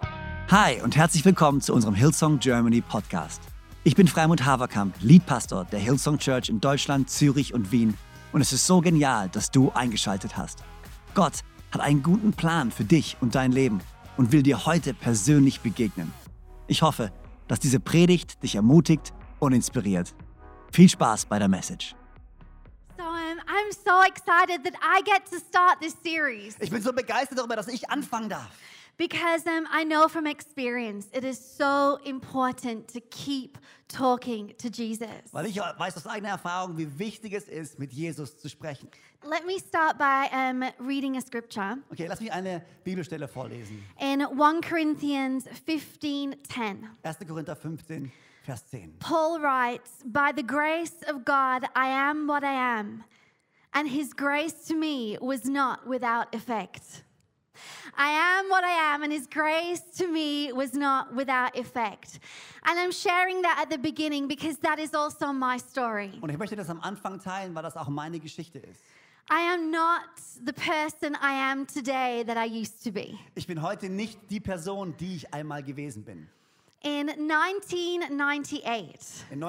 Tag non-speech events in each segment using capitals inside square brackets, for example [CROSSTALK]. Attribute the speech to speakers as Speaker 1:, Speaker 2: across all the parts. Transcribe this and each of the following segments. Speaker 1: Hi und herzlich willkommen zu unserem Hillsong Germany Podcast. Ich bin Freimund Haverkamp, Leadpastor der Hillsong Church in Deutschland, Zürich und Wien. Und es ist so genial, dass du eingeschaltet hast. Gott hat einen guten Plan für dich und dein Leben und will dir heute persönlich begegnen. Ich hoffe, dass diese Predigt dich ermutigt und inspiriert. Viel Spaß bei der Message.
Speaker 2: So um, I'm so excited that I get to start this series
Speaker 3: Ich bin so begeistert darüber, dass ich anfangen darf.
Speaker 2: because um, I know from experience it is so important to keep talking to Jesus.
Speaker 3: Weil ich weiß aus eigener Erfahrung, wie wichtig es ist, mit Jesus zu sprechen.
Speaker 2: Let me start by um, reading a scripture
Speaker 3: Okay, lass mich eine Bibelstelle vorlesen.
Speaker 2: in 1 Corinthians 15:10.
Speaker 3: 1. Korinther 15, Vers 10.
Speaker 2: Paul writes, By the grace of God, I am what I am, and his grace to me was not without effect. I am what I am, and his grace to me was not without effect. And I'm sharing that at the beginning because that is also my story.
Speaker 3: Und ich möchte das am Anfang teilen, weil das auch meine Geschichte ist.
Speaker 2: I am not the person I am today that I used to be.
Speaker 3: Ich bin heute nicht die Person, die ich einmal gewesen bin.
Speaker 2: In 1998,
Speaker 3: In äh,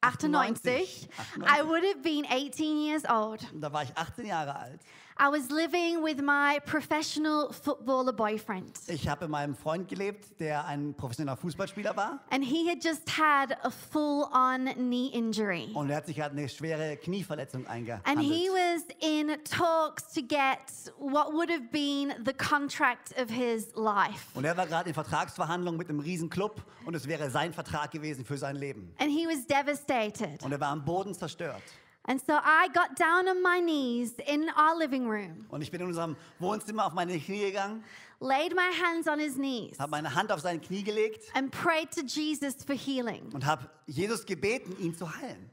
Speaker 3: 1998,
Speaker 2: 98, I would have been 18 years old.
Speaker 3: da war ich 18 Jahre alt.
Speaker 2: I was living with my professional footballer boyfriend,
Speaker 3: Ich habe mit meinem Freund gelebt, der ein professioneller Fußballspieler war.
Speaker 2: and he had just had a full on knee injury.
Speaker 3: Und er hat sich halt eine schwere Knieverletzung eingehandelt.
Speaker 2: And he was in talks to get what would have been the contract of his life.
Speaker 3: Und er war gerade in Vertragsverhandlungen mit einem Riesenclub und es wäre sein Vertrag gewesen für sein Leben.
Speaker 2: And he was devastated.
Speaker 3: Und er war am Boden zerstört.
Speaker 2: And so I got down on my knees in our living room,
Speaker 3: Und ich bin in unserem Wohnzimmer auf meine Knie gegangen,
Speaker 2: laid my hands on his knees,
Speaker 3: habe meine Hand auf sein Knie gelegt
Speaker 2: and prayed to Jesus for healing.
Speaker 3: und habe Jesus gebeten, ihn zu heilen.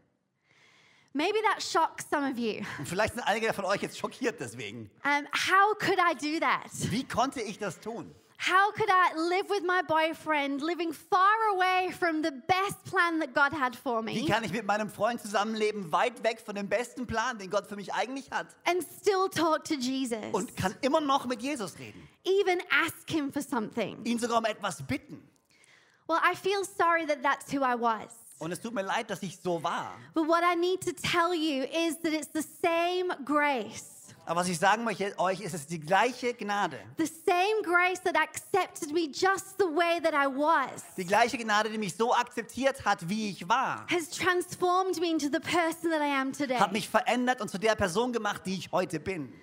Speaker 2: Maybe that shocks some of you.
Speaker 3: Und vielleicht sind einige von euch jetzt schockiert deswegen.
Speaker 2: Um, how could I do that?
Speaker 3: Wie konnte ich das tun?
Speaker 2: How could I live with my boyfriend living far away from the best plan that God had for
Speaker 3: Wie
Speaker 2: me
Speaker 3: kann ich mit meinem Freund zusammenleben, weit weg von dem besten Plan, den Gott für mich eigentlich hat?
Speaker 2: and still talk to Jesus?
Speaker 3: Und kann immer noch mit Jesus reden,
Speaker 2: Even ask him for something.
Speaker 3: ihn sogar um etwas bitten.
Speaker 2: Well, I feel sorry that that's who I was.
Speaker 3: Und es tut mir leid, dass ich so war.
Speaker 2: But what I need to tell you is that it's the same grace,
Speaker 3: Aber was ich sagen möchte euch, ist es ist die gleiche Gnade.
Speaker 2: the same grace that accepted me just the way that I was.
Speaker 3: Die gleiche Gnade, die mich so akzeptiert hat, wie ich war,
Speaker 2: Has transformed me into the person that I am today.
Speaker 3: hat mich verändert und zu der Person gemacht, die ich heute bin.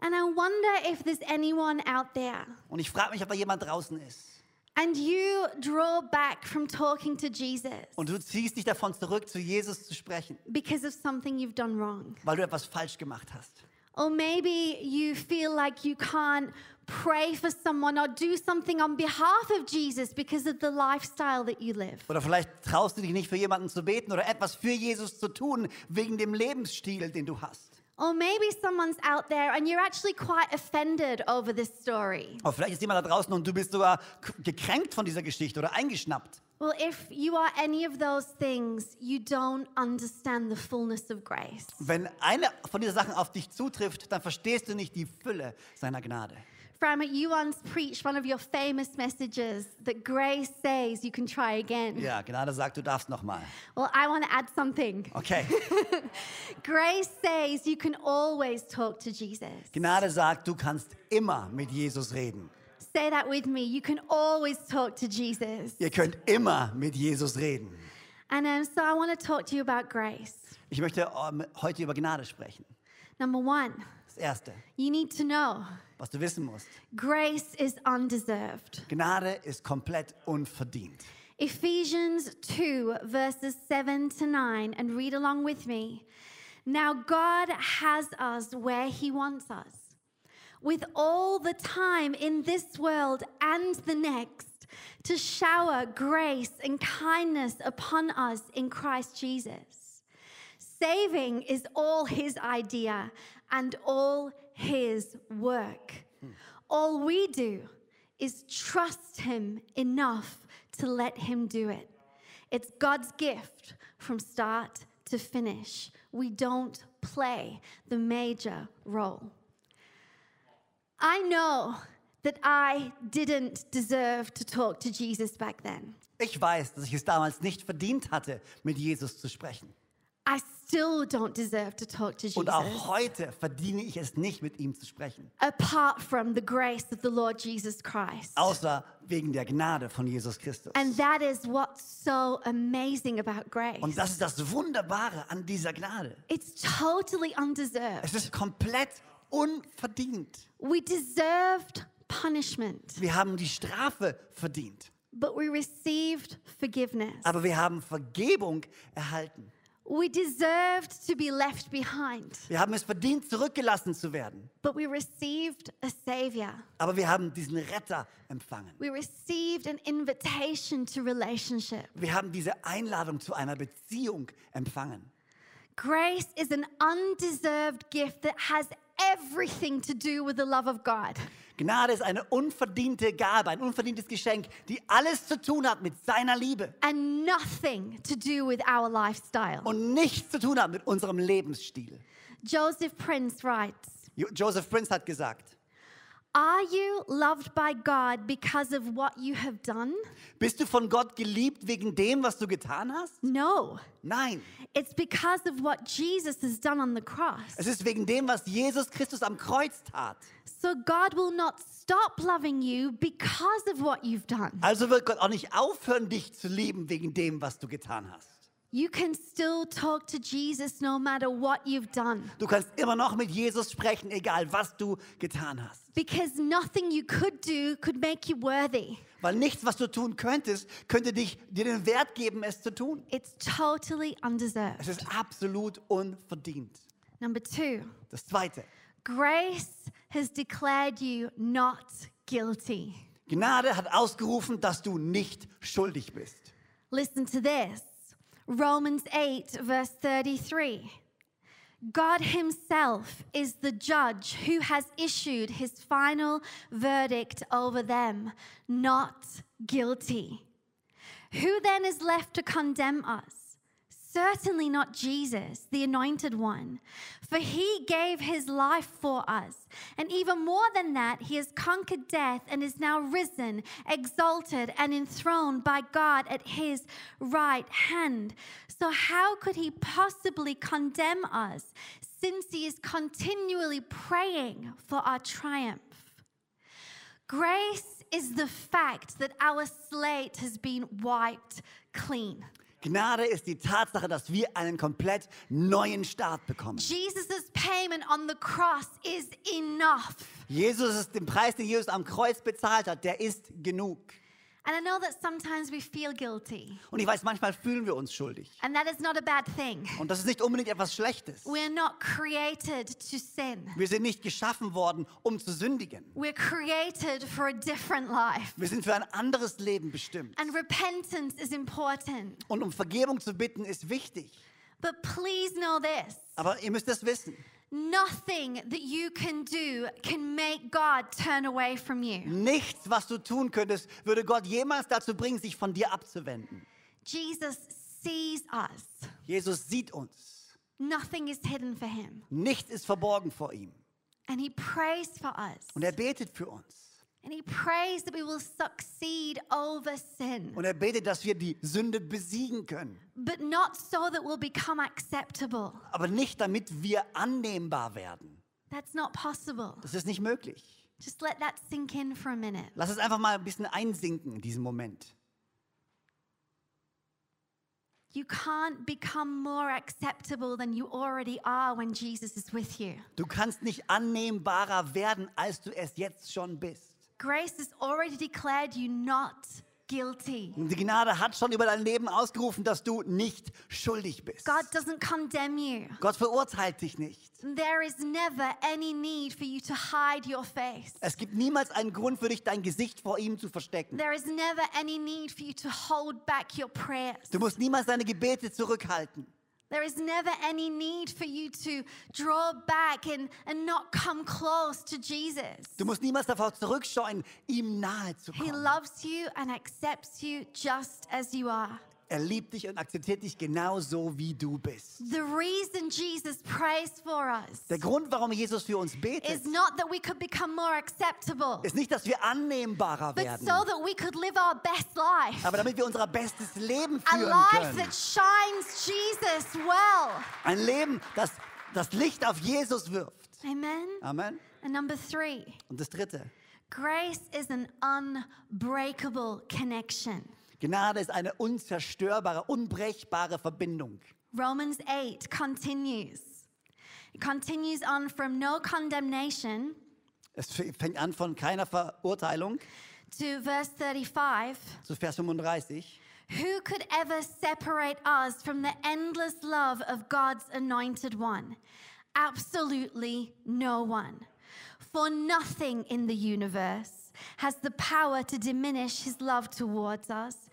Speaker 2: And I wonder if there's anyone out there
Speaker 3: Und ich frage mich, ob da jemand draußen ist.
Speaker 2: And you draw back from talking to Jesus
Speaker 3: Und du ziehst dich davon zurück, zu Jesus zu sprechen,
Speaker 2: because of something you've done wrong.
Speaker 3: weil du etwas falsch gemacht hast.
Speaker 2: Or maybe you feel like you can't pray for someone or do something on behalf of Jesus because of the lifestyle that you live.
Speaker 3: Oder vielleicht traust du dich nicht, für jemanden zu beten oder etwas für Jesus zu tun, wegen dem Lebensstil, den du hast.
Speaker 2: Or maybe someone's out there and you're actually quite offended over this story.
Speaker 3: Aber vielleicht ist jemand da draußen und du bist sogar k- gekränkt von dieser Geschichte oder eingeschnappt.
Speaker 2: Well, if you are any of those things, you don't understand the fullness of grace.
Speaker 3: Wenn eine von diesen Sachen auf dich zutrifft, dann verstehst du nicht die Fülle seiner Gnade.
Speaker 2: Framit, you once preached one of your famous messages that grace says you can try again.
Speaker 3: Ja, Gnade sagt, du darfst nochmal.
Speaker 2: Well, I want to add something.
Speaker 3: Okay.
Speaker 2: Grace says you can always talk to Jesus.
Speaker 3: Gnade sagt, du kannst immer mit Jesus reden.
Speaker 2: Say that with me. You can always talk to Jesus.
Speaker 3: Ihr könnt immer mit Jesus reden.
Speaker 2: And um, so I want to talk to you about grace.
Speaker 3: Ich möchte ähm, heute über Gnade sprechen.
Speaker 2: Number one,
Speaker 3: Das Erste,
Speaker 2: you need to know
Speaker 3: was du wissen musst.
Speaker 2: grace is undeserved.
Speaker 3: Gnade ist komplett unverdient.
Speaker 2: Ephesians 2, verses 7 to 9, and read along with me. Now, God has us where He wants us, with all the time in this world and the next, to shower grace and kindness upon us in Christ Jesus. Saving is all His idea and all His work. All we do is trust Him enough to let Him do it. It's God's gift from start to finish. We don't play the major role. I know that I didn't deserve to talk to Jesus back then.
Speaker 3: Ich weiß, dass ich es damals nicht verdient hatte, mit Jesus zu sprechen.
Speaker 2: I still don't deserve to talk to
Speaker 3: Und
Speaker 2: Jesus
Speaker 3: auch heute verdiene ich es nicht, mit ihm zu sprechen.
Speaker 2: apart from the grace of the Lord Jesus Christ.
Speaker 3: Außer wegen der Gnade von Jesus Christus.
Speaker 2: And that is what's so amazing about
Speaker 3: Und
Speaker 2: grace.
Speaker 3: das ist das Wunderbare an dieser Gnade.
Speaker 2: It's totally
Speaker 3: Es
Speaker 2: undeserved.
Speaker 3: ist komplett unverdient.
Speaker 2: We deserved punishment,
Speaker 3: Wir haben die Strafe verdient,
Speaker 2: but we received forgiveness.
Speaker 3: aber wir haben Vergebung erhalten.
Speaker 2: We deserved to be left behind,
Speaker 3: Wir haben es verdient, zurückgelassen zu werden,
Speaker 2: but we received a savior.
Speaker 3: aber wir haben diesen Retter empfangen.
Speaker 2: We received an invitation to relationship.
Speaker 3: Wir haben diese Einladung zu einer Beziehung empfangen.
Speaker 2: Grace is an undeserved gift that has everything to do with the love of God.
Speaker 3: Gnade ist eine unverdiente Gabe, ein unverdientes Geschenk, die alles zu tun hat mit seiner Liebe
Speaker 2: and nothing to do with our lifestyle.
Speaker 3: und nichts zu tun hat mit unserem Lebensstil.
Speaker 2: Joseph Prince writes
Speaker 3: Jo- Joseph Prince hat gesagt,
Speaker 2: Are you loved by God because of what you have done?
Speaker 3: bist du von Gott geliebt wegen dem, was du getan hast?
Speaker 2: No.
Speaker 3: Nein,
Speaker 2: It's because of what Jesus has done on the cross.
Speaker 3: es ist wegen dem, was Jesus Christus am Kreuz tat.
Speaker 2: So God will not stop loving you because of what you've done.
Speaker 3: Also wird Gott auch nicht aufhören, dich zu lieben wegen dem, was du getan hast.
Speaker 2: You can still talk to Jesus no matter what you've done
Speaker 3: Du kannst immer noch mit Jesus sprechen, egal was du getan hast.
Speaker 2: because nothing you could do could make you worthy.
Speaker 3: Weil nichts, was du tun könntest, könnte dich, dir den Wert geben, es zu tun.
Speaker 2: It's totally
Speaker 3: Es
Speaker 2: undeserved.
Speaker 3: ist absolut unverdient.
Speaker 2: Number two,
Speaker 3: Das Zweite.
Speaker 2: Grace has declared you not guilty.
Speaker 3: Gnade hat ausgerufen, dass du nicht schuldig bist.
Speaker 2: Listen to this Romans 8, verse 33. God Himself is the judge who has issued His final verdict over them, not guilty. Who then is left to condemn us? Certainly not Jesus, the anointed one, for he gave his life for us. And even more than that, he has conquered death and is now risen, exalted, and enthroned by God at his right hand. So, how could he possibly condemn us since he is continually praying for our triumph? Grace is the fact that our slate has been wiped clean.
Speaker 3: Gnade ist die Tatsache, dass wir einen komplett neuen Start bekommen.
Speaker 2: Jesus' payment on the cross is enough.
Speaker 3: Jesus ist den Preis, den Jesus am Kreuz bezahlt hat, der ist genug.
Speaker 2: And I know that sometimes we feel guilty,
Speaker 3: Und ich weiß, manchmal fühlen wir uns schuldig.
Speaker 2: and that is not a bad thing.
Speaker 3: Und das ist nicht unbedingt etwas Schlechtes.
Speaker 2: We're not created to sin,
Speaker 3: Wir sind nicht geschaffen worden, um zu sündigen.
Speaker 2: we're created for a different life.
Speaker 3: Wir sind für ein anderes Leben bestimmt.
Speaker 2: And repentance is important.
Speaker 3: Und um Vergebung zu bitten ist wichtig.
Speaker 2: But please know this
Speaker 3: Aber ihr müsst das wissen.
Speaker 2: nothing that you can do can make God turn away from you.
Speaker 3: Nichts, was du tun könntest, würde Gott jemals dazu bringen, sich von dir abzuwenden.
Speaker 2: Jesus sees us.
Speaker 3: Jesus sieht uns.
Speaker 2: Nothing is hidden for him.
Speaker 3: Nichts ist verborgen vor ihm.
Speaker 2: And he prays for us.
Speaker 3: Und er betet für uns.
Speaker 2: And he prays that we will succeed over sin,
Speaker 3: Und er betet, dass wir die Sünde besiegen können.
Speaker 2: but not so that we'll become acceptable.
Speaker 3: Aber nicht, damit wir annehmbar werden.
Speaker 2: That's not possible.
Speaker 3: Das ist nicht möglich.
Speaker 2: Just let that sink in for a minute.
Speaker 3: Lass es einfach mal ein bisschen einsinken in diesem Moment.
Speaker 2: You can't become more acceptable than you already are when Jesus is with you.
Speaker 3: Du kannst nicht annehmbarer werden, als du es jetzt schon bist.
Speaker 2: Grace has already declared you not guilty.
Speaker 3: Und die Gnade hat schon über dein Leben ausgerufen, dass du nicht schuldig bist.
Speaker 2: God doesn't condemn you.
Speaker 3: Gott verurteilt dich nicht.
Speaker 2: There is never any need for you to hide your face.
Speaker 3: Es gibt niemals einen Grund für dich, dein Gesicht vor ihm zu verstecken.
Speaker 2: There is never any need for you to hold back your prayers.
Speaker 3: Du musst niemals deine Gebete zurückhalten.
Speaker 2: There is never any need for you to draw back and, and not come close to Jesus.
Speaker 3: Du musst niemals davor zurückscheuen, ihm nahe zu
Speaker 2: He
Speaker 3: kommen.
Speaker 2: loves you and accepts you just as you are.
Speaker 3: Er liebt dich und akzeptiert dich genau so, wie du bist.
Speaker 2: The reason Jesus prays for us
Speaker 3: Der Grund, warum Jesus für uns betet,
Speaker 2: is not that we could become more acceptable,
Speaker 3: ist nicht, dass wir annehmbarer
Speaker 2: but
Speaker 3: werden,
Speaker 2: so that we could live our best life.
Speaker 3: aber damit wir unser bestes Leben
Speaker 2: A
Speaker 3: führen
Speaker 2: life
Speaker 3: können.
Speaker 2: that shines Jesus well.
Speaker 3: Ein Leben, das das Licht auf Jesus wirft.
Speaker 2: Amen.
Speaker 3: Amen.
Speaker 2: And number three,
Speaker 3: Und das Dritte.
Speaker 2: grace is an unbreakable connection.
Speaker 3: Gnade ist eine unzerstörbare, unbrechbare Verbindung.
Speaker 2: Romans 8 continues. It continues on from no condemnation
Speaker 3: Es f- fängt an von keiner Verurteilung
Speaker 2: to verse 35.
Speaker 3: zu Vers 35.
Speaker 2: Who could ever separate us from the endless love of God's anointed one? Absolutely no one. For nothing in the universe has the power to diminish his love towards us.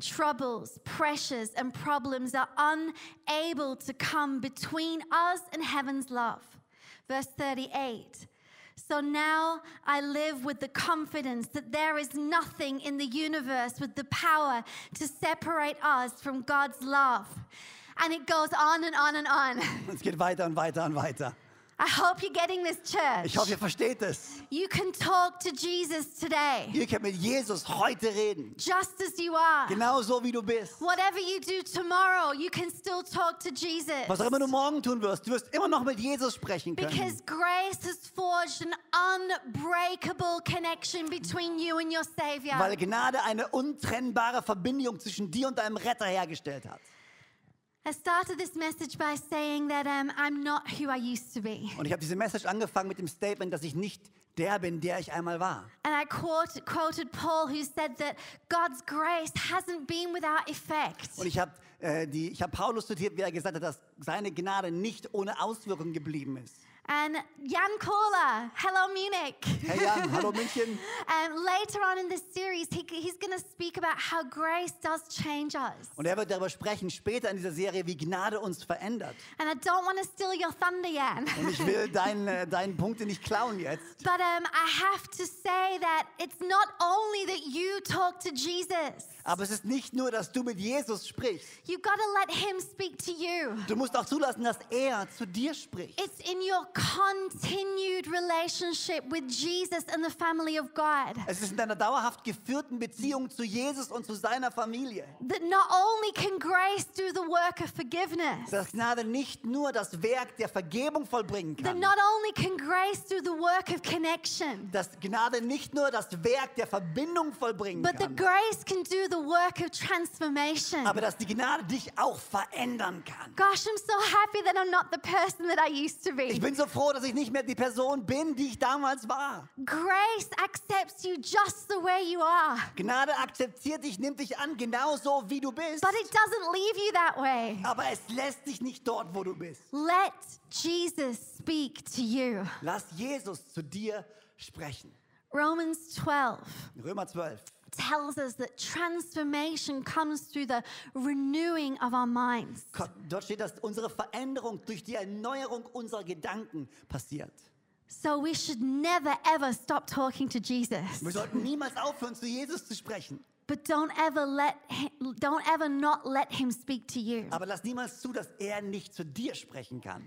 Speaker 2: Troubles, pressures, and problems are unable to come between us and heaven's love. Verse 38. So now I live with the confidence that there is nothing in the universe with the power to separate us from God's love. And it goes on and on and on. [LAUGHS]
Speaker 3: Und es geht weiter und weiter und weiter.
Speaker 2: I hope you're getting this, church.
Speaker 3: Ich hoffe, ihr versteht es.
Speaker 2: You can talk to Jesus today,
Speaker 3: Ihr könnt mit Jesus heute reden.
Speaker 2: just as you are.
Speaker 3: Genau so, wie du bist.
Speaker 2: Whatever you do tomorrow, you can still talk to Jesus.
Speaker 3: Was auch immer du morgen tun wirst, du wirst immer noch mit Jesus sprechen können.
Speaker 2: Because grace has forged an unbreakable connection between you and your Savior.
Speaker 3: Weil Gnade eine untrennbare Verbindung zwischen dir und deinem Retter hergestellt hat.
Speaker 2: I started this message by saying that um, I'm not who I used to be.
Speaker 3: Und ich habe diese Message angefangen mit dem Statement, dass ich nicht der bin, der ich einmal war.
Speaker 2: And I quote, quoted Paul, who said that God's grace hasn't been without effect.
Speaker 3: Und ich habe äh, die- ich hab Paulus zitiert, wie er gesagt hat, dass seine Gnade nicht ohne Auswirkung geblieben ist.
Speaker 2: And Jan Koller, hello, Munich.
Speaker 3: Hey Jan, hallo München.
Speaker 2: Um, later on in this series, he, he's going to speak about how grace does change us.
Speaker 3: Und er wird darüber sprechen später in dieser Serie, wie Gnade uns verändert.
Speaker 2: And I don't want to steal your thunder, Jan.
Speaker 3: Und ich will deinen äh, deinen Punkte nicht klauen jetzt.
Speaker 2: [LAUGHS] But um, I have to say that it's not only that you talk to Jesus,
Speaker 3: Aber es ist nicht nur, dass du mit Jesus sprichst.
Speaker 2: you've got to let him speak to you.
Speaker 3: Du musst auch zulassen, dass er zu dir spricht.
Speaker 2: It's in your continued relationship with Jesus and the family of God
Speaker 3: Es ist in deiner dauerhaft geführten Beziehung zu Jesus und zu seiner Familie,
Speaker 2: that not only can grace do the work of forgiveness,
Speaker 3: dass Gnade nicht nur das Werk der Vergebung vollbringen
Speaker 2: that
Speaker 3: kann,
Speaker 2: not only can grace do the work of connection,
Speaker 3: dass Gnade nicht nur das Werk der Verbindung vollbringen
Speaker 2: but
Speaker 3: kann,
Speaker 2: that grace can do the work of transformation.
Speaker 3: aber dass die Gnade dich auch verändern kann.
Speaker 2: Gosh, I'm so happy that I'm not the person that I used to
Speaker 3: Ich
Speaker 2: be.
Speaker 3: bin so froh, dass ich nicht mehr die Person bin, die ich damals war.
Speaker 2: Grace accepts you just the way you are,
Speaker 3: Gnade akzeptiert dich, nimmt dich an, genauso wie du bist.
Speaker 2: but it doesn't leave you that way.
Speaker 3: Aber es lässt dich nicht dort, wo du bist.
Speaker 2: Let Jesus speak to you.
Speaker 3: Lass Jesus zu dir sprechen.
Speaker 2: Romans 12.
Speaker 3: Römer 12.
Speaker 2: tells us that transformation comes through the renewing of our minds.
Speaker 3: Gott, Dort steht, dass unsere Veränderung durch die Erneuerung unserer Gedanken passiert.
Speaker 2: So we should never ever stop talking to Jesus.
Speaker 3: Wir sollten niemals aufhören, zu Jesus zu sprechen.
Speaker 2: But don't ever let him, don't ever not let him speak to you.
Speaker 3: Aber lass niemals zu, dass er nicht zu dir sprechen kann.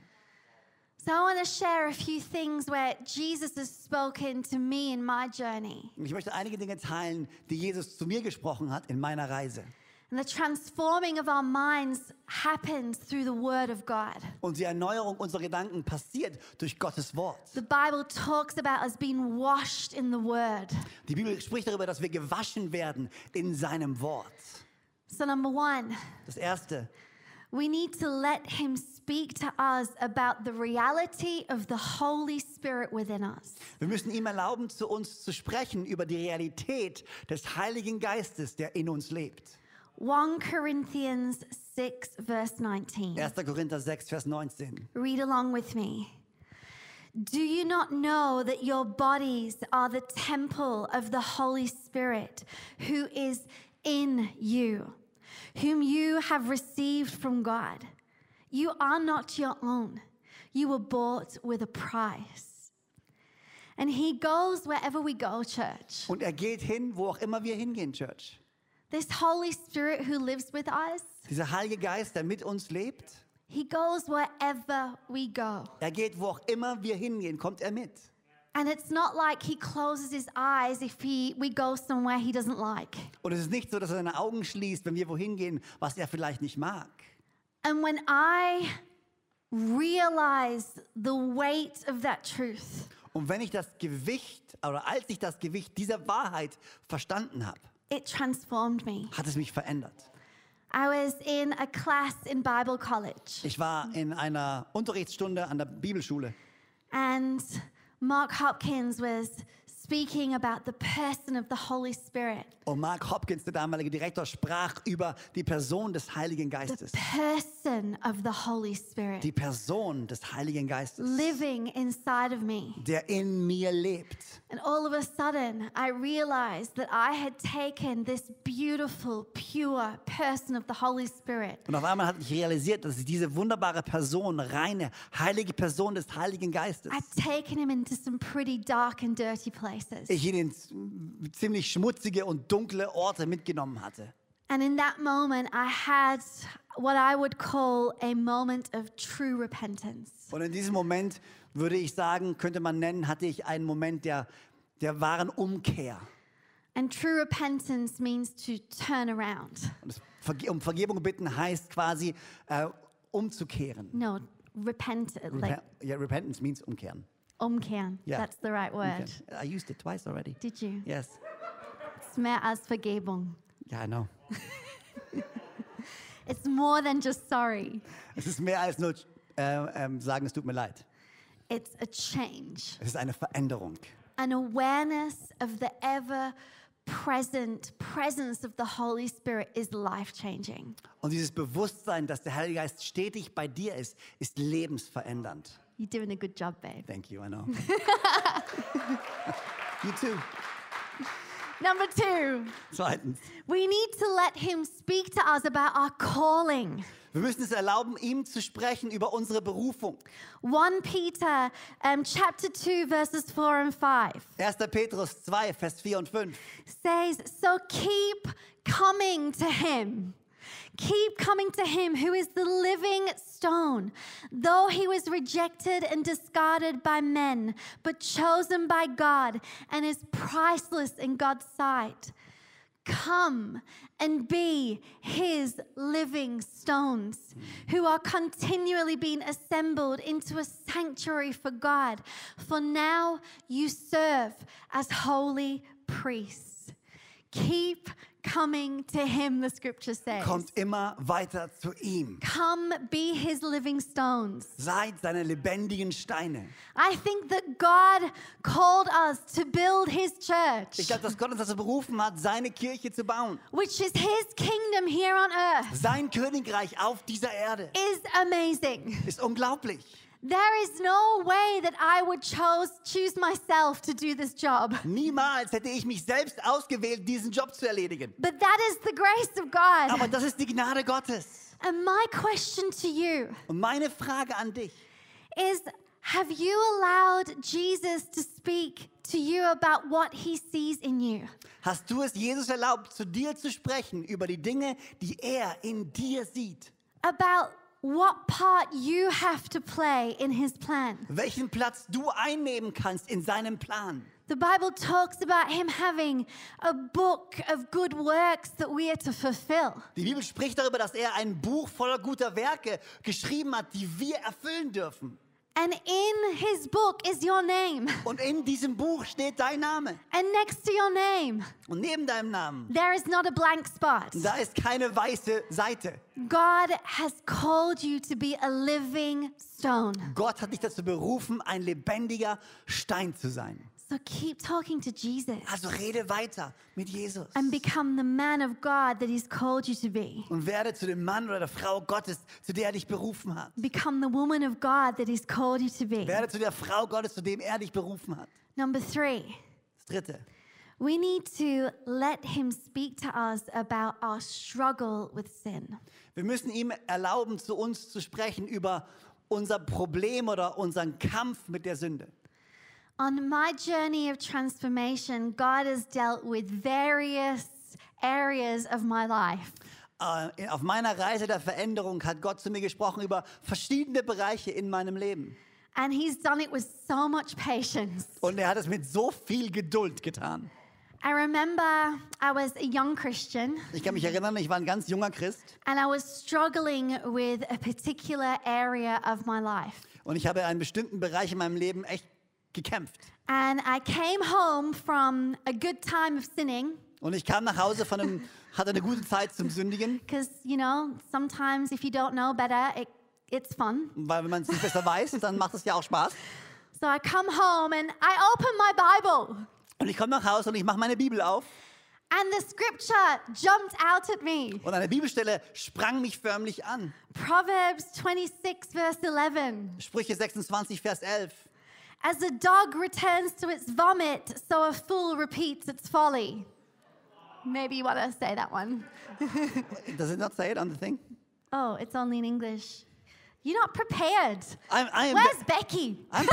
Speaker 2: So I want to share a few things where Jesus has spoken to me in my journey
Speaker 3: Und ich möchte einige Dinge teilen, die Jesus zu mir gesprochen hat in meiner Reise.
Speaker 2: and the transforming of our minds happens through the word of God.
Speaker 3: Und die Erneuerung unserer Gedanken passiert durch Gottes Wort.
Speaker 2: The Bible talks about us being washed in the word.
Speaker 3: Die Bibel spricht darüber, dass wir gewaschen werden in seinem Wort.
Speaker 2: So number 1,
Speaker 3: Das Erste,
Speaker 2: We need to let Him speak to us about the reality of the Holy Spirit within us.
Speaker 3: wir müssen ihm erlauben, zu uns zu sprechen über die Realität des Heiligen Geistes, der in uns lebt.
Speaker 2: 1 Corinthians 6, verse 19.
Speaker 3: 1. Korinther 6, Vers 19.
Speaker 2: Read along with me. Do you not know that your bodies are the temple of the Holy Spirit who is in you, whom you have received from God? You are not your own, you were bought with a price. And he goes wherever we go, church.
Speaker 3: Und er geht hin, wo auch immer wir hingehen, Church.
Speaker 2: This Holy Spirit who lives with us,
Speaker 3: Dieser Heilige Geist, der mit uns lebt,
Speaker 2: he goes wherever we go.
Speaker 3: er geht, wo auch immer wir hingehen, kommt er mit.
Speaker 2: And it's not like he closes his eyes if he, we go somewhere he doesn't like.
Speaker 3: Und es ist nicht so, dass er seine Augen schließt, wenn wir wohin gehen, was er vielleicht nicht mag.
Speaker 2: And when I realized the weight of that truth,
Speaker 3: Und wenn ich das Gewicht, oder als ich das Gewicht dieser Wahrheit verstanden habe,
Speaker 2: it transformed me.
Speaker 3: hat es mich verändert.
Speaker 2: I was in a class in Bible college,
Speaker 3: Ich war in einer Unterrichtsstunde an der Bibelschule
Speaker 2: and Mark Hopkins was speaking about the person of the Holy Spirit,
Speaker 3: und Mark Hopkins, der damalige Direktor, sprach über die Person des Heiligen
Speaker 2: the
Speaker 3: Geistes.
Speaker 2: person of the Holy Spirit
Speaker 3: Die Person des Heiligen Geistes,
Speaker 2: living inside of me.
Speaker 3: der in mir lebt.
Speaker 2: And all of a sudden, I realized that I had taken this beautiful, pure person of the Holy Spirit
Speaker 3: Und auf einmal hatte ich realisiert, dass ich diese wunderbare Person, reine, heilige Person des Heiligen Geistes,
Speaker 2: I'd taken him into some pretty dark and dirty places.
Speaker 3: ich ihn in ziemlich schmutzige und dunkle Orte mitgenommen hatte.
Speaker 2: And in that moment, I had what I would call a moment of true repentance.
Speaker 3: Und in diesem Moment würde ich sagen, könnte man nennen, hatte ich einen Moment der, der wahren Umkehr.
Speaker 2: And true repentance means to turn around.
Speaker 3: Und es, Verge- um Vergebung bitten heißt quasi äh, umzukehren.
Speaker 2: No, repent, like
Speaker 3: Repen yeah, repentance means umkehren.
Speaker 2: umkehren.
Speaker 3: Yeah.
Speaker 2: That's the right word.
Speaker 3: umkehren. I used it twice already.
Speaker 2: Did you?
Speaker 3: Yes.
Speaker 2: It's mehr als Vergebung.
Speaker 3: Ja, I know.
Speaker 2: It's more than just sorry.
Speaker 3: Es ist mehr als nur äh, ähm, sagen, es tut mir leid.
Speaker 2: It's a change.
Speaker 3: Es ist eine Veränderung.
Speaker 2: an awareness of the ever present presence of the Holy Spirit is life changing.
Speaker 3: Und dieses Bewusstsein, dass der Heilige Geist stetig bei dir ist, ist lebensverändernd.
Speaker 2: You're doing a good job, babe.
Speaker 3: Thank you, I
Speaker 2: [LAUGHS]
Speaker 3: know. you too.
Speaker 2: Number two,
Speaker 3: Zweitens,
Speaker 2: we need to let Him speak to us about our calling.
Speaker 3: wir müssen es erlauben, ihm zu sprechen über unsere Berufung.
Speaker 2: 1 Peter um, chapter 2, verses 4 and 5
Speaker 3: 1. Petrus 2, Vers 4 und 5.
Speaker 2: says, So keep coming to Him. Keep coming to him who is the living stone, though he was rejected and discarded by men, but chosen by God and is priceless in God's sight. Come and be his living stones, who are continually being assembled into a sanctuary for God, for now you serve as holy priests. Keep coming to him, the scripture says.
Speaker 3: Kommt immer weiter zu ihm.
Speaker 2: Come be his living stones.
Speaker 3: Seid seine lebendigen Steine.
Speaker 2: I think that God called us to build his
Speaker 3: Ich
Speaker 2: church,
Speaker 3: glaube, dass Gott uns dazu berufen hat, seine Kirche zu bauen.
Speaker 2: which is his kingdom here on earth,
Speaker 3: Sein Königreich auf dieser Erde
Speaker 2: is amazing.
Speaker 3: ist unglaublich.
Speaker 2: There is no way that I would chose, choose myself to do this job.
Speaker 3: Niemals hätte ich mich selbst ausgewählt, diesen Job zu erledigen.
Speaker 2: But that is the grace of
Speaker 3: Aber
Speaker 2: God.
Speaker 3: das ist die Gnade Gottes.
Speaker 2: And my question to you
Speaker 3: Und meine Frage an dich,
Speaker 2: is have you allowed Jesus to speak to you about what he sees in you?
Speaker 3: hast du es Jesus erlaubt, zu dir zu sprechen über die Dinge, die er in dir sieht?
Speaker 2: about what part you have to play in his plan.
Speaker 3: Welchen Platz du einnehmen kannst in seinem Plan?
Speaker 2: The Bible talks about him having a book of good works that we are to fulfill.
Speaker 3: Die Bibel spricht darüber, dass er ein Buch voller guter Werke geschrieben hat, die wir erfüllen dürfen.
Speaker 2: And in his book is your name.
Speaker 3: Und in diesem Buch steht dein Name.
Speaker 2: And next to your name,
Speaker 3: Und neben deinem Namen,
Speaker 2: there is not a blank spot.
Speaker 3: da ist keine weiße Seite.
Speaker 2: God has called you to be a living stone.
Speaker 3: Gott hat dich dazu berufen, ein lebendiger Stein zu sein.
Speaker 2: So keep talking to Jesus
Speaker 3: Also rede weiter mit Jesus.
Speaker 2: and become the man of God that he's called you to be.
Speaker 3: Und werde zu dem Mann oder der Frau Gottes, zu der er dich berufen hat.
Speaker 2: Become the woman of God that he's called you to be.
Speaker 3: Werde zu der Frau Gottes, zu dem er dich berufen hat.
Speaker 2: Number three.
Speaker 3: Das dritte.
Speaker 2: We need to let him speak to us about our struggle with sin.
Speaker 3: Wir müssen ihm erlauben, zu uns zu sprechen über unser Problem oder unseren Kampf mit der Sünde.
Speaker 2: On my journey of transformation, God has dealt with various areas of my life.
Speaker 3: Äh, in- auf meiner Reise der Veränderung hat Gott zu mir gesprochen über verschiedene Bereiche in meinem Leben.
Speaker 2: And he's done it with so much patience.
Speaker 3: Und er hat es mit so viel Geduld getan.
Speaker 2: I remember I was a young Christian
Speaker 3: Ich kann mich erinnern, ich war ein ganz junger Christ
Speaker 2: and I was struggling with a particular area of my life.
Speaker 3: und ich habe einen bestimmten Bereich in meinem Leben echt gekämpft.
Speaker 2: And I came home from a good time of sinning
Speaker 3: Und ich kam nach Hause von einem, hatte eine gute Zeit zum Sündigen,
Speaker 2: because, you know, sometimes if you don't know better, it, it's fun.
Speaker 3: weil wenn man es nicht besser weiß, dann macht es ja auch Spaß.
Speaker 2: So I come home and I open my Bible
Speaker 3: Und ich komme nach Hause und ich mache meine Bibel auf
Speaker 2: and the scripture jumped out at me.
Speaker 3: und eine Bibelstelle sprang mich förmlich an.
Speaker 2: Proverbs 26, verse 11.
Speaker 3: Sprüche 26, Vers 11.
Speaker 2: As a dog returns to its vomit, so a fool repeats its folly. Maybe you want to say that one.
Speaker 3: Does it not say it on the thing?
Speaker 2: Oh, it's only in English. You're not prepared.
Speaker 3: I'm, I am
Speaker 2: Where's Becky?
Speaker 3: Oh,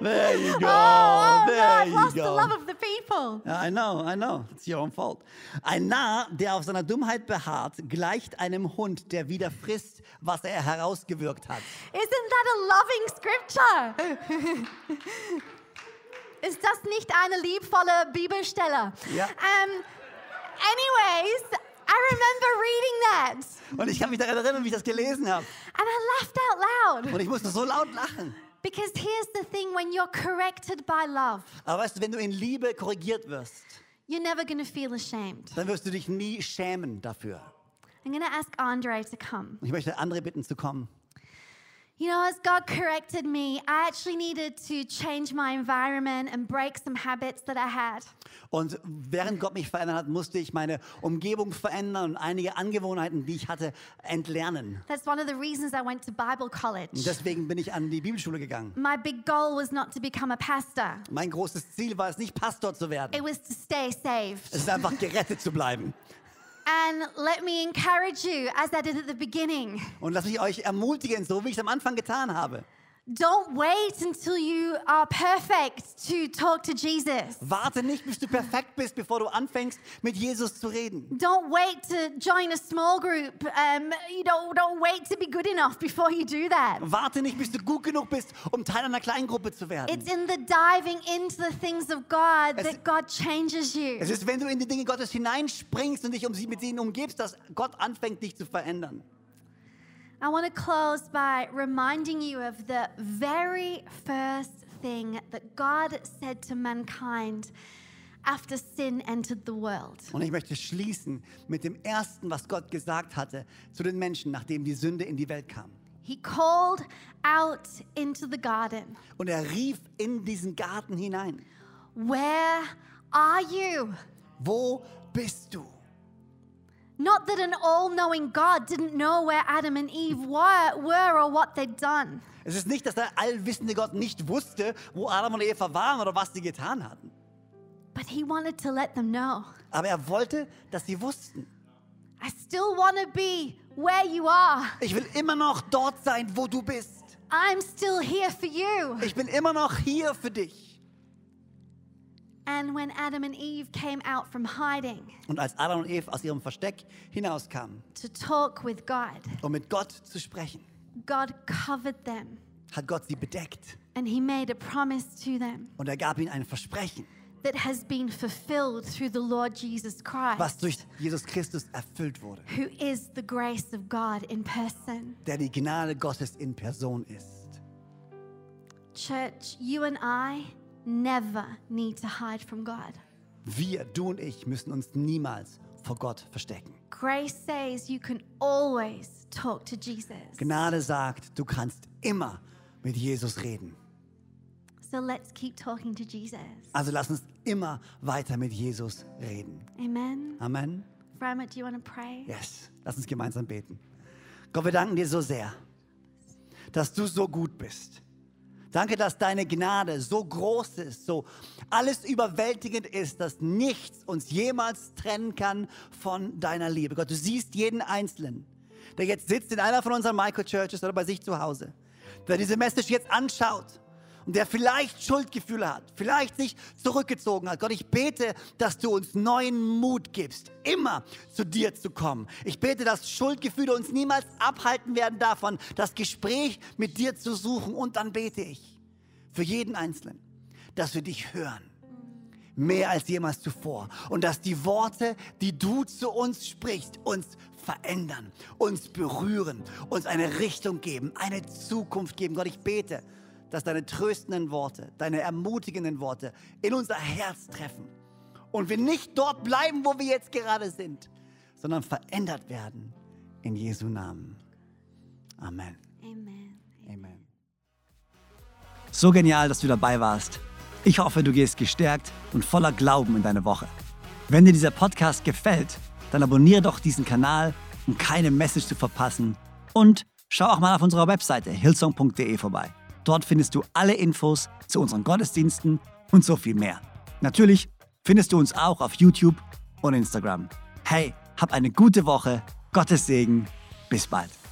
Speaker 3: There you go.
Speaker 2: oh, no,
Speaker 3: there
Speaker 2: I've
Speaker 3: you
Speaker 2: lost
Speaker 3: go.
Speaker 2: the love of the people.
Speaker 3: Ja, I know, I know. It's your own fault. Ein Narr, der auf seiner Dummheit beharrt, gleicht einem Hund, der wieder frisst, was er herausgewirkt hat.
Speaker 2: Isn't that a loving scripture? Ist das nicht eine liebvolle Bibelstelle?
Speaker 3: Ja.
Speaker 2: Um, anyways, I remember reading that
Speaker 3: Und ich kann mich daran erinnern, wie ich das gelesen habe.
Speaker 2: and I laughed out loud
Speaker 3: Und ich musste so laut lachen.
Speaker 2: because here's the thing when you're corrected by love,
Speaker 3: Aber weißt du, wenn du in Liebe korrigiert wirst,
Speaker 2: you're never going to feel ashamed.
Speaker 3: dann wirst du dich nie schämen dafür.
Speaker 2: I'm going to ask Andre to come.
Speaker 3: Und ich möchte andere bitten zu kommen.
Speaker 2: You know, as God corrected me, I actually needed to change my environment and break some habits that I had.
Speaker 3: Und während Gott mich verändert hat, musste ich meine Umgebung verändern und einige Angewohnheiten, die ich hatte, entlernen.
Speaker 2: That's one of the reasons I went to Bible college.
Speaker 3: Und deswegen bin ich an die Bibelschule gegangen.
Speaker 2: My big goal was not to become a pastor.
Speaker 3: Mein großes Ziel war es nicht, Pastor zu werden.
Speaker 2: It was to stay
Speaker 3: Es
Speaker 2: saved.
Speaker 3: ist einfach gerettet zu bleiben.
Speaker 2: And let me encourage you, as I did at the beginning,
Speaker 3: Und lass mich euch ermutigen, so wie ich es am Anfang getan habe.
Speaker 2: don't wait until you are perfect to talk to Jesus.
Speaker 3: Warte nicht, bis du perfekt bist, bevor du anfängst, mit Jesus zu reden.
Speaker 2: Don't wait to join a small group. Um, you don't, don't wait to be good enough before you do that.
Speaker 3: Warte nicht, bis du gut genug bist, um Teil einer Kleingruppe zu werden.
Speaker 2: It's in the diving into the things of God
Speaker 3: Es-
Speaker 2: that God changes you.
Speaker 3: Es ist, wenn du in die Dinge Gottes hineinspringst und dich um sie, mit ihnen umgibst, dass Gott anfängt, dich zu verändern.
Speaker 2: I want to close by reminding you of the very first thing that God said to mankind after sin entered the world.
Speaker 3: Und ich möchte schließen mit dem Ersten, was Gott gesagt hatte zu den Menschen, nachdem die Sünde in die Welt kam.
Speaker 2: He called out into the garden,
Speaker 3: Und er rief in diesen Garten hinein.
Speaker 2: Where are you?
Speaker 3: Wo bist du?
Speaker 2: Not that an all knowing God didn't know where Adam and Eve were, were or what they'd done.
Speaker 3: Es ist nicht, dass der allwissende Gott nicht wusste, wo Adam und Eva waren oder was sie getan hatten.
Speaker 2: But he wanted to let them know.
Speaker 3: Aber er wollte, dass sie wussten.
Speaker 2: I still want to be where you are.
Speaker 3: Ich will immer noch dort sein, wo du bist.
Speaker 2: I'm still here for you.
Speaker 3: Ich bin immer noch hier für dich.
Speaker 2: And when Adam and Eve came out from hiding
Speaker 3: Und als Adam und Eva aus ihrem Versteck hinauskamen,
Speaker 2: to talk with God,
Speaker 3: um mit Gott zu sprechen,
Speaker 2: God covered them
Speaker 3: hat Gott sie bedeckt.
Speaker 2: and he made a promise to them
Speaker 3: Und er gab ihnen ein Versprechen,
Speaker 2: that has been fulfilled through the Lord Jesus
Speaker 3: was
Speaker 2: Christ,
Speaker 3: durch Jesus Christus erfüllt wurde,
Speaker 2: who is the grace of God in person.
Speaker 3: der die Gnade Gottes in Person ist.
Speaker 2: Church, you and I never need to hide from God.
Speaker 3: Wir, du und ich, müssen uns niemals vor Gott verstecken.
Speaker 2: Grace says you can always talk to Jesus.
Speaker 3: Gnade sagt, du kannst immer mit Jesus reden.
Speaker 2: So let's keep talking to Jesus.
Speaker 3: Also lass uns immer weiter mit Jesus reden.
Speaker 2: Amen.
Speaker 3: Amen.
Speaker 2: Ramat, do you want to pray?
Speaker 3: Yes. Lass uns gemeinsam beten. Gott, wir danken dir so sehr, dass du so gut bist. Danke, dass deine Gnade so groß ist, so alles überwältigend ist, dass nichts uns jemals trennen kann von deiner Liebe. Gott, du siehst jeden Einzelnen, der jetzt sitzt in einer von unseren Microchurches oder bei sich zu Hause, der diese Message jetzt anschaut der vielleicht Schuldgefühle hat, vielleicht sich zurückgezogen hat. Gott, ich bete, dass du uns neuen Mut gibst, immer zu dir zu kommen. Ich bete, dass Schuldgefühle uns niemals abhalten werden davon, das Gespräch mit dir zu suchen. Und dann bete ich für jeden Einzelnen, dass wir dich hören mehr als jemals zuvor. Und dass die Worte, die du zu uns sprichst, uns verändern, uns berühren, uns eine Richtung geben, eine Zukunft geben. Gott, ich bete, dass deine tröstenden Worte, deine ermutigenden Worte in unser Herz treffen. Und wir nicht dort bleiben, wo wir jetzt gerade sind, sondern verändert werden. In Jesu Namen. Amen.
Speaker 2: Amen.
Speaker 3: Amen.
Speaker 1: So genial, dass du dabei warst. Ich hoffe, du gehst gestärkt und voller Glauben in deine Woche. Wenn dir dieser Podcast gefällt, dann abonniere doch diesen Kanal, um keine Message zu verpassen. Und schau auch mal auf unserer Webseite hillsong.de vorbei. Dort findest du alle Infos zu unseren Gottesdiensten und so viel mehr. Natürlich findest du uns auch auf YouTube und Instagram. Hey, hab eine gute Woche, Gottes Segen, bis bald.